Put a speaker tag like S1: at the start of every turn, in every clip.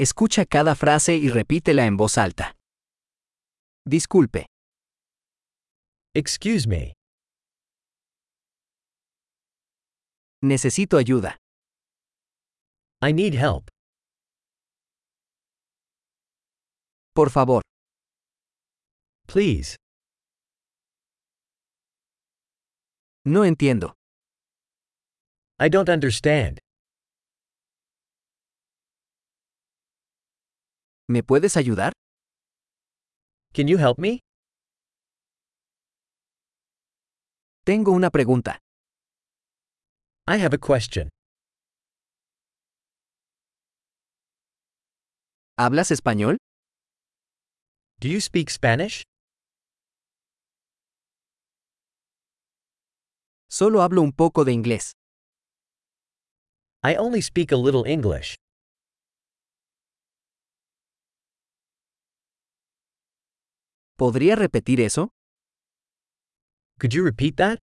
S1: Escucha cada frase y repítela en voz alta. Disculpe,
S2: Excuse me.
S1: necesito ayuda.
S2: I need help.
S1: Por favor,
S2: Please.
S1: no entiendo.
S2: I don't understand.
S1: ¿Me puedes ayudar?
S2: Can you help me?
S1: Tengo una pregunta.
S2: I have a question.
S1: ¿Hablas español?
S2: Do you speak Spanish?
S1: Solo hablo un poco de inglés.
S2: I only speak a little English.
S1: ¿Podría repetir eso?
S2: Could you repeat that?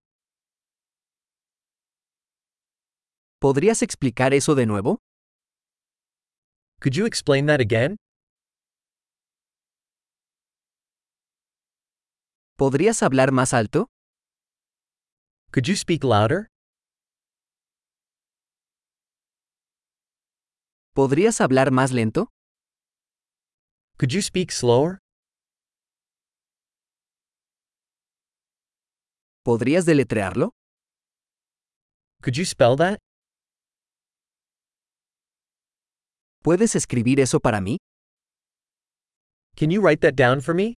S1: ¿Podrías explicar eso de nuevo?
S2: Could you explain that again?
S1: ¿Podrías hablar más alto?
S2: Could you speak louder?
S1: ¿Podrías hablar más lento?
S2: Could you speak slower?
S1: ¿Podrías deletrearlo?
S2: Could you spell that?
S1: ¿Puedes escribir eso para mí?
S2: Can you write that down for me?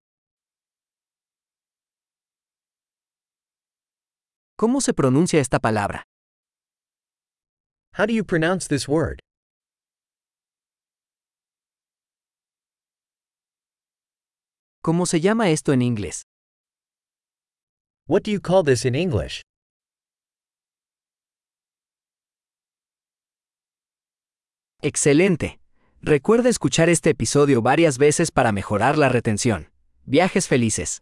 S1: ¿Cómo se pronuncia esta palabra?
S2: How do you pronounce this word?
S1: ¿Cómo se llama esto en inglés?
S2: What do you call this in English?
S1: Excelente. Recuerda escuchar este episodio varias veces para mejorar la retención. Viajes felices.